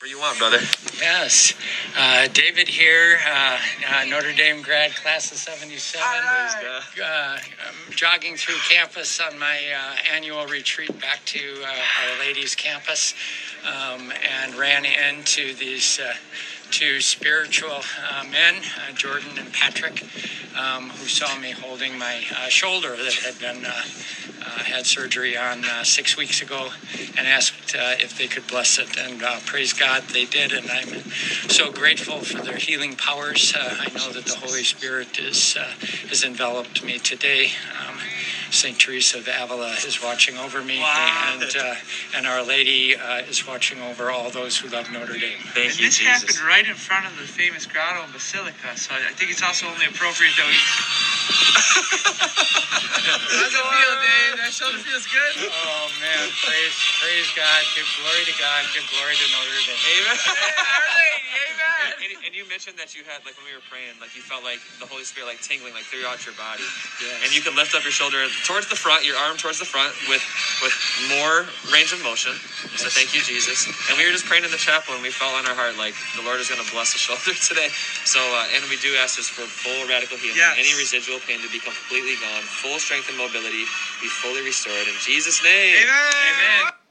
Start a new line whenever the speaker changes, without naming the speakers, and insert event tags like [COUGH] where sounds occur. What you want, brother?
Yes. Uh, David here, uh, uh, Notre Dame grad, class of 77.
Praise God.
Uh, I'm jogging through campus on my uh, annual retreat back to uh, Our Lady's campus um, and ran into these uh, two spiritual uh, men, uh, Jordan and Patrick, um, who saw me holding my uh, shoulder that had been. Uh, uh, had surgery on uh, six weeks ago and asked uh, if they could bless it. And uh, praise God, they did. And I'm so grateful for their healing powers. Uh, I know that the Holy Spirit is, uh, has enveloped me today. Um, St. Teresa of Avila is watching over me,
Wow.
and, uh, and Our Lady uh, is watching over all those who love Notre Dame.
Thank
And
you,
this
Jesus.
happened right in front of the famous grotto basilica, so I I think it's also only appropriate
[LAUGHS]
that we. How's it feel, Dave? That shoulder feels good.
Oh, man, praise, praise God. Give glory to God. Give glory to Notre Dame.
[LAUGHS] Amen.
Amen.
And, and you mentioned that you had, like, when we were praying, like, you felt like the Holy Spirit, like, tingling, like, throughout your body.
Yes.
And you can lift up your shoulder towards the front, your arm towards the front, with with more range of motion. So
Yes.
thank you, Jesus. And we were just praying in the chapel, and we felt on our heart, like, the Lord is going to bless the [LAUGHS] shoulder today. So, uh, and we do ask this for full radical healing,
Yes.
any residual pain to be completely gone, full strength and mobility, be fully restored. In Jesus' name.
Amen. Amen.